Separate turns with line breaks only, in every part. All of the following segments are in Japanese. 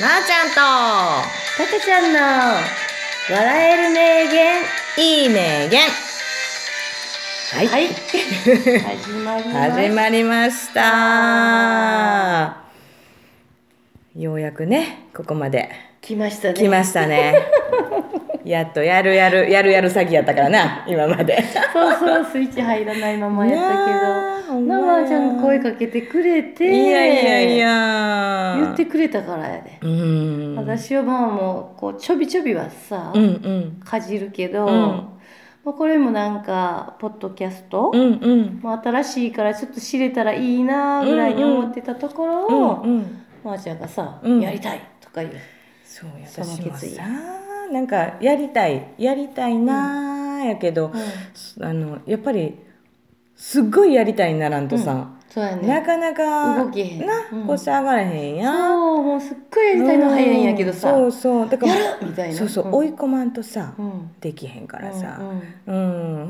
なあちゃんと
たけちゃんの笑える名言
いい名言はい、
はい 始まりま
始まりましたようやくねここまで
来ましたね
来ました ねやっとやるやるやるやる詐欺やったからな今まで
そうそうスイッチ入らないままやったけ
なあほ
ど
んまや
なあちゃんが声かけてくれ
い
て
やいやいや
言ってくれたからやで、
うん
私はまあもうこうちょびちょびはさ、
うんうん
かじるけど、
うん
まあこれもなんかポッドキャスト、
うんうん
まあ、新しいからちょっと知れたらいいなぐらいに思ってたところを、
うんうん
まー、ちゃんがさ、
うん
やりたいとか言う
そうや
その
私も
決意
さなんかやりたいやりたいなーやけど、あのやっぱりすっごいやりたいにならんとさ、
そうやね
なかなか
動けへん
な
うん
腰上がらへんやん、
そうもうすっごいやりたいの早いんやけどさ、
そうそうだから
やるみたいな
そうそう、
うん
追い込まんとさ、
うん
できへんから
う
さ
ん
う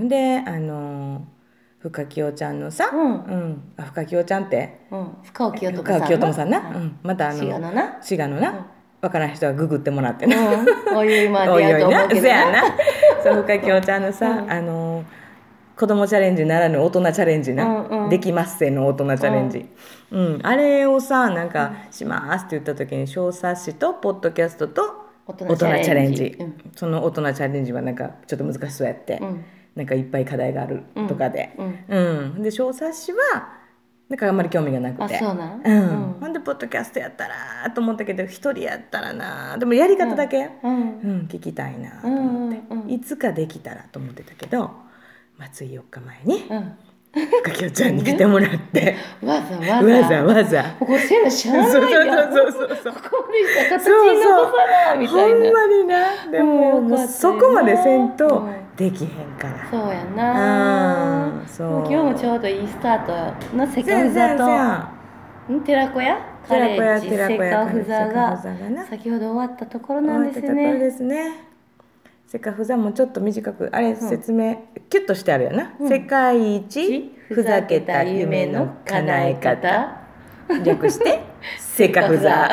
ん、であのふかきおちゃんのさ、
うん
うんあふかきおちゃんって
うん深尾清
ふ
友
か
さん
きおともさんな、
は
う
い
ん、またあの
滋賀のな
滋賀のな、
うん
わからん人はググってもらってね
うんおいおいまあ
お
出
い
会
お
う
い
と思
な
うけど
そや なそう深京ちゃんのさ、
うん
あの子供チャレンジならぬ大人チャレンジな、
うんうん
できますせの大人チャレンジ、うんあれをさなんか「します」って言った時に小冊子とポッドキャストと
大
大人チャレンジ
うん
その大人チャレンジはなんかちょっと難しそうやって、
うん
なんかいっぱい課題があるとかで、
うん
うんで小冊子はなんかあんまり興味がなく
あ
て
そうなん
うん
うん
なんでポッドキャストやったらと思ったけど一人やったらなでもやり方だけ、
うん
うん、聞きたいなと思って、
うんうんうん
いつかできたらと思ってたけど松井4日前に
うん
かきおちゃんに来てもら って
わざわざ
わざわざ
ここせなしゃ
そう
あ
そう
ないやん
そうそうそう
ここまでした形に残さなみた
ほ
い
ん
な
まになでも
うん
も
よかったよ
う
な
そこまでせんと
うん
できへんから、
そうやな
うんそう
もう今日もちょうどいいスタートのセ
せや
カフ
せや
ザ
せ
と
や
ん寺子屋カ
寺
レ
子屋
ッジ
寺
セ
子屋
カフザ
セ
が
カフザがな
先ほど終わったところなんですよ
終わってたところ
ね
ですねセカフザもちょっと短くあれ説明、キュッとしてあるよな、
うん
世界一ふざけた夢の叶え方略して「せかふざ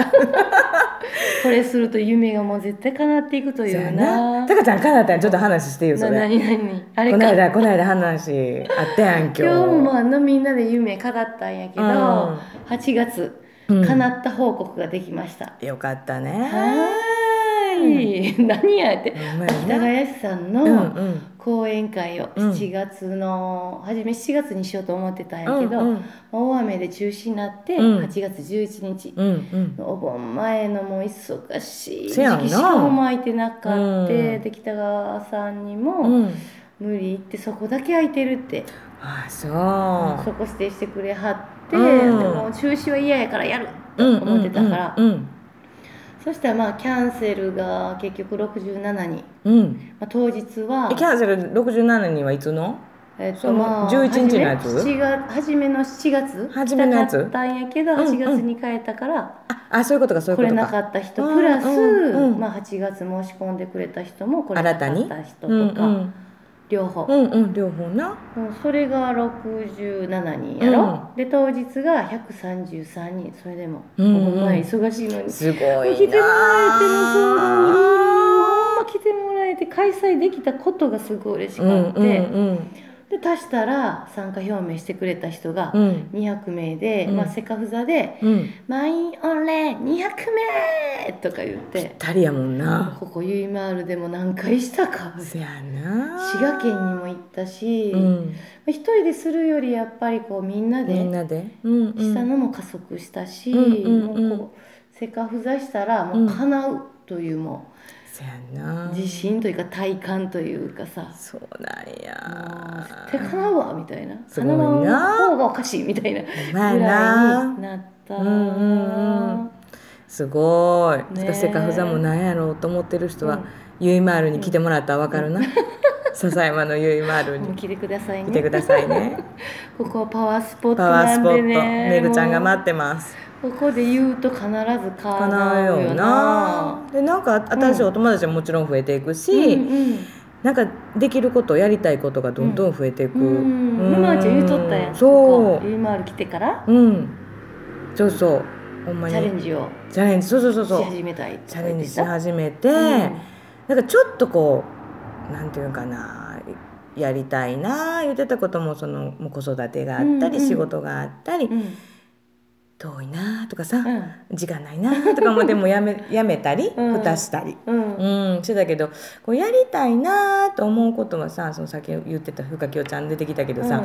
これすると夢がもう絶対叶っていく」とい
そうや
うな
なたかちゃんかなたにちょっと話してよそ
な
れ
何何あれ
こ
か
の間この間話あったやん今日
今日もあのみんなで夢語ったんやけど、
うん
8月
うん
叶った報告ができました、
よかった
は
ね
ーい何やって
ほんま
北
やな
林さん
うん
の
うん
講演会を
うん
7月の、初め7月にしようと思ってたんや
うん
けど、
うん
大雨で中止になって
うん
8月11日
うんうん
お盆前のもう忙しい
せやな
時期しかも空いてなかった、
うん
で北川さんに
う
も
ん
無理言ってそこだけ空いてるって、
あそう
そこ指定してくれはっ
う
て、
ん
でも中止は嫌やからやると思ってたから、
うん
そしたらまあキャンセルが結局67に、
うんうん
まあ、当日は
えキャンセル67人はいつの
えっ
その
まあ
11日のやつ
初め7月初めの7月
初めのやつ
行きたかったんやけど
うんうん
8月に変えたから
ああそういうことかそういうこ
来れ
と
な
か
かった人
うん
プラス、
うんうん
まあ、8月申し込んでくれた人も来れなかった人とか、
うんうん
両方、
うんうん両方な
うんそれが67人やろ、で当日が133人それでも、
うんうん
お前忙しいのに
すごいな
来てもらえてるそうなんだほんま来てもらえて開催できたことがすごい嬉しく
うん
なって、
うんうん
で足したら参加表明してくれた人が
うん
200名で、
うん
まあ、セカフザで
うん
「満員御礼200名!」とか言って
タリやもんな。
ここゆいまーるでも何回したか
せやな。
滋賀県にも行ったし、
うん。
一人でするよりやっぱりこうみんな
みん
で
なで。うんうん。
したのも加速したし、
うんうんうん
もうこうセカフザしたらもう叶うというも
せやな。
う自。信というか体感というかさ、
そうなん
もう
や。
絶対叶うわみたいな
すごい
叶
な
わん方がおかしいみたいなぐ
ま
ら
あ
いに
な。
なった、
うんうんうんすごい。
ね
つかせかふざもなんやろうと思ってる人は、ゆいまーるに来てもらったらわかるな。 笹山のゆいまーる
もう
に
来てください
来て
ね
くださいね。
ここはパワースポット
パワー
な
ス
ん
ポ
で
ット。
ね
めぐちゃんが
も
待ってます。
うここで言うと必ず
かな
叶う
よ
よ
な
な。
で、なんか新しいお友達ももちろん増えていくし。
うんうん
なんかできることやりたいことがどんどん増えていく。
うん、ママちゃん言うとったやん。
そう
今ある来てから。
うん。そうそう。ほんま
チ
に
ャレンジを
チャレンジそうそうそう
し
そう
始めたい
チャレンジし
とか
始めて、
言って
なんかちょっとこうなんていうのかなやりたいな言ってたこともそのもう子育てがあったり、
うんうん
仕事があったり、
たうんうん
遠いなとかさ、
うん
時間ないなとかもでもやめやめたり
うん
蓋したり、
うん
うん、してたけどこうやりたいなと思うことはさその先言ってたふかきおちゃん出てきたけどさ、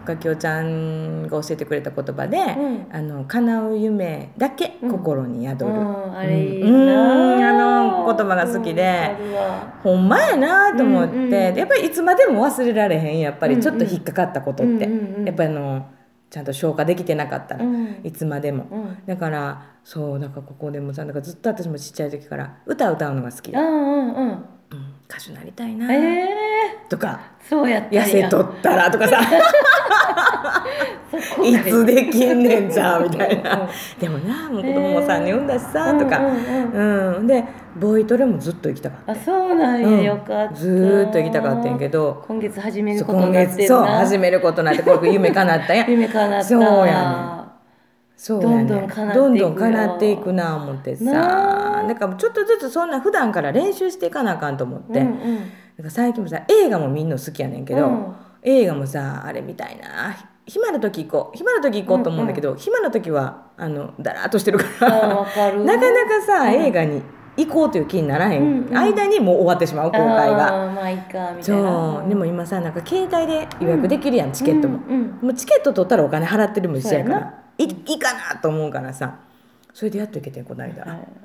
ふかきおちゃんが教えてくれた言葉で
うんうん
「あの叶う夢だけ心に宿る」
うんあれいいな
うんあの言葉が好きで
うんわかるわ
ほんまやなと思って、
うんうん
でやっぱりいつまでも忘れられへんやっぱ
う
り
んうん
ちょっと引っかかったことって、
うんうんうん
やっぱりあのちゃんと消化できてなかったら、
うん
いつまでも、
うん
だからそうなんかここでもさなんかずっと私もちっちゃい時から歌歌うのが好き、う、
うんんうんうん
歌手になりたいな、
ええ
とか
そうやったんや
痩せとったらとかさ
そこ
い
が
つできんねんじゃんみたい
うん
なでもなもう子供も3人産んだしさ、と
う
か、
んうんうん
うん、でボーイトレもずっと行きたかった
あそうなんや、
うん
よかった
ずーっと行きたかったんやけど
今月始める
そう
こと
今
になって
月
るな
そう始めることになってこれ夢叶ったん や
夢かなった
そうやそうやね
どんど
どんどん
ん叶っていくよ
叶っていくな思ってさ
な
なんかちょっとずつそんな普段から練習していかなあかんと思って、
う
なん
んうん
か最近もさ映画もみんな好きやねんけど、
うん
映画もさあれみたいな暇な時行こう暇な時行こうと思うんだけど、暇な時はあのだらーっとしてるか
あ
ら
わかる
なかなかさ、
うん
映画に行こうという気にならへん、
うんうん
間にもう終わってしまう公開が。
あーまあいいかみたいな
そうでも今さなんか携帯で予約できるやん、チケ
チ
ットも、
うんうん
もうチケット取ったらお金払ってるもん一緒やか
そうや
らいいいかなと思うからさそれでやっといけてんこの間、
あ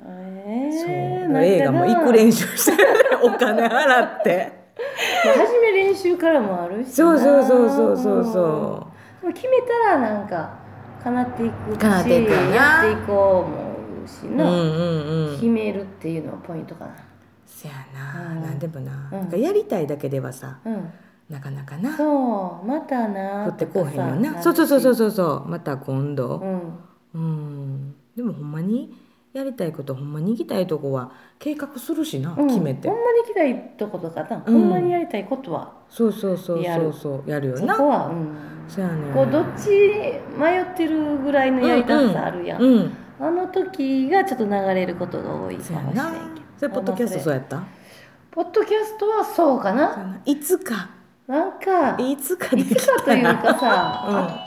そう
えーなんかな
映画も行く練習してお金払って
まあ始め練習からもあるしな
そうそうそうそうそうそ
うんでも決めたらなんか叶っていくし
叶っていくよな
やっていこうも思うし
うう
な、
んうんう
決
ん
めるっていうのはポイントかな
せやな、
うん
なんでもな,、
うん
なんかやりたいだけではさ
うん
なかなかな降
そうまたな
ってこうへんよ
とか
な
さ
そうそうそうそう
なるし
そうそうまた今
う
度
ん
うん、でもほんまにやりたいことほんまに行きたいとこは計画するしな、
うん
決めて
ほんまに行きたいとことかな、
うん
ほんまにやりたいことは
そうそうそう
や
そ
る
うそうやるよ
そ
な
こはうん
そうやねん
こうどっち迷ってるぐらいのやりたさあるやん、
うん、
あの時がちょっと流れることが多い
そ
か
うや
もしれ
な
んけど。
それポッドキャストそうやった
ポッドキャストはそうか
そう
な。
やないつか
なんかい
いつかで
つ
き
かと
た
いう
ら
かさ、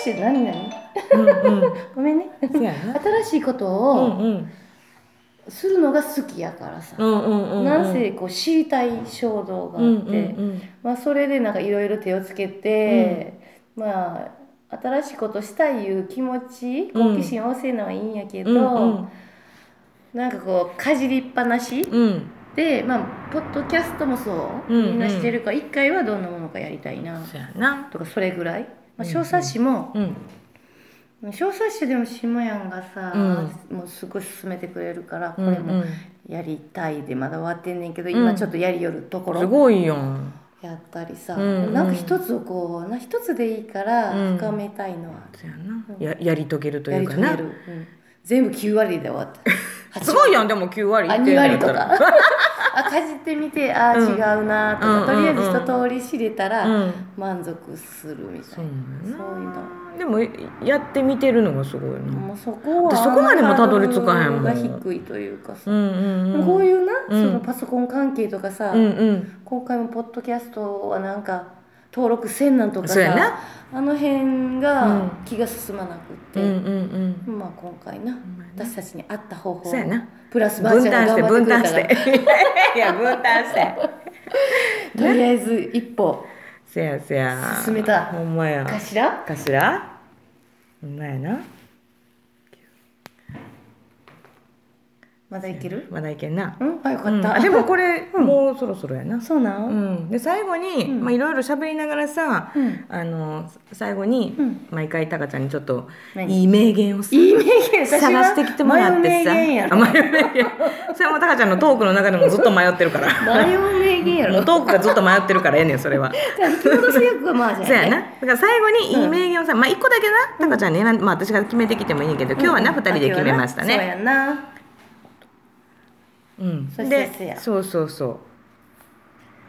新しい何々
うんうんうん
ごめんね。
そうやな
新しいこと
うん
を
うん
するのが好きやからさ。
うんうんうん
なんせこう知りたい衝動が
うんうん
あっ
う
て、
ん
まあそれでなんかいろいろ手をつけて、まあ新しいことしたいいう気持ち、好奇心旺盛なのはいいんやけど、
うん
なんかこうかじりっぱなし。
うん
でまあポッドキャストもそ
う
う、
んうん
みんなしてるから一回はどんなものかやりたいな
そうやな
とかそれぐらい、
う
まあ、
んうん
小冊子も、
うん
小冊子でもしもやんがさ、
う
もうすごい勧めてくれるからこ
うんう
れも
ん
やりたいでまだ終わってんねんけど、
ん
今ちょっとやりよるとこ
す
ろ
ごいよん
やったりさ、
うんうん
なんか一つをこうな一つでいいから
うん
深めたいのは
そうやなややり遂げると
や
いう
り
か
遂げ
な
る、うん全部9割で終わっ た
すごいやんでも9割い
あ
って
2
んの
割
やっ
と
た
から あかじってみてああ
うん
違うなとか、
うん
とりあえず一通り知れたら
うん
満足するみた
そ
いうな、
や
そういうの
なでもやってみてるのがすごいな
もうそこは
でそこまでもたどり着かへんもん
ハードルが低いというかさ、
うんうんうん
こういうな、
うん
そのパソコン関係とかさ、
うんうん
今回もポッドキャストはなんか登録せんなんとか
そうや
さ
な
あの辺
うん
が気が進まなくって、
うんうんうん
まあ今回な私たちに合った方法
そうやな
プラスバー
分
チャ
担して
ルが
分
頑張っ
担
て
し
くれ たら
て いや分担して
とりあえず一歩
せやせや
進めた
ほんまや
かしら
かしらほんまやな
まだいける
まだいけんな
うんあよか
う
っ
ん
た、
あでもこれもうそろそろやな
そうな
うんんで最後に
うん
まあいろいろ喋りながらさ
うん
あの最後に
うん
毎回タカちゃんにちょっと
何
いい名言をさ
いい名言私は
探してきてもらってさ
迷う名言やろ
あ迷う名言 それもタカちゃんのトークの中でもずっと迷ってるから
迷う名言や
も
ろ
うトークがずっと迷ってるからええねんそれ は
じゃあ引き戻す役はまあじゃあ、ね、
そうやな。だから最後にいい名言をさ、まあ一個だけな、タカちゃんね、選んまあ私が決めてきてもいいねんけど、今日はな、
うん
二人で決めました
そう
ね。
やな
うん。
そう
で
そうや、
そうそうそ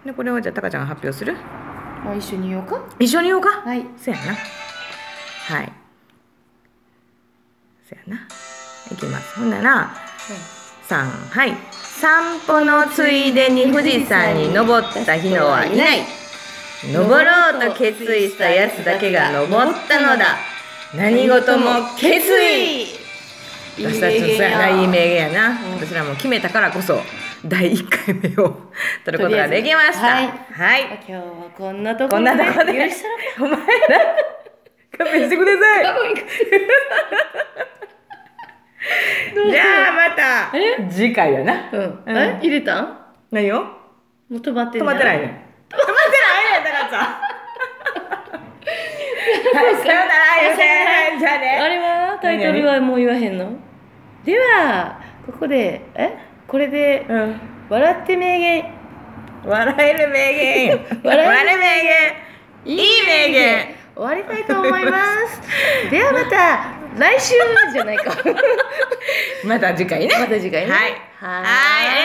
う。でこれをじゃあタカちゃんが発表する？
もう一緒に言おうか
一緒に言おうか。
はい
そうやな。はい。そやな。いきます。ほんなら、三、はい。散歩のついでに富士山に登った日のはいない。登ろうと決意したやつだけが登ったのだ。何事も決意。私たちのそうやな、いい名言やな。
うん
私らも決めたからこそ、第一回目を 取ることができました。
とりあえず
はい。
今日はこんなとこ
こ
ろ
んなとこで。
許したら
お前ら、勘弁してください。じゃあまた
え
次回やな。
うん、
うん
え入れたん
何よ
もう止まって
止まってない
ね
ね。止まってないね、高橋さん。はい、さよなら、よせじゃあ
あ
ね。
れはタイトルはもう言わへんのではここでえこれで
うん。
笑って名言
笑える名言。
笑え
笑える名言。いい名言。
終わりたいと思いますではまた来週じゃないか
また次回ね。
また次回ね
はい。
は
はい、あり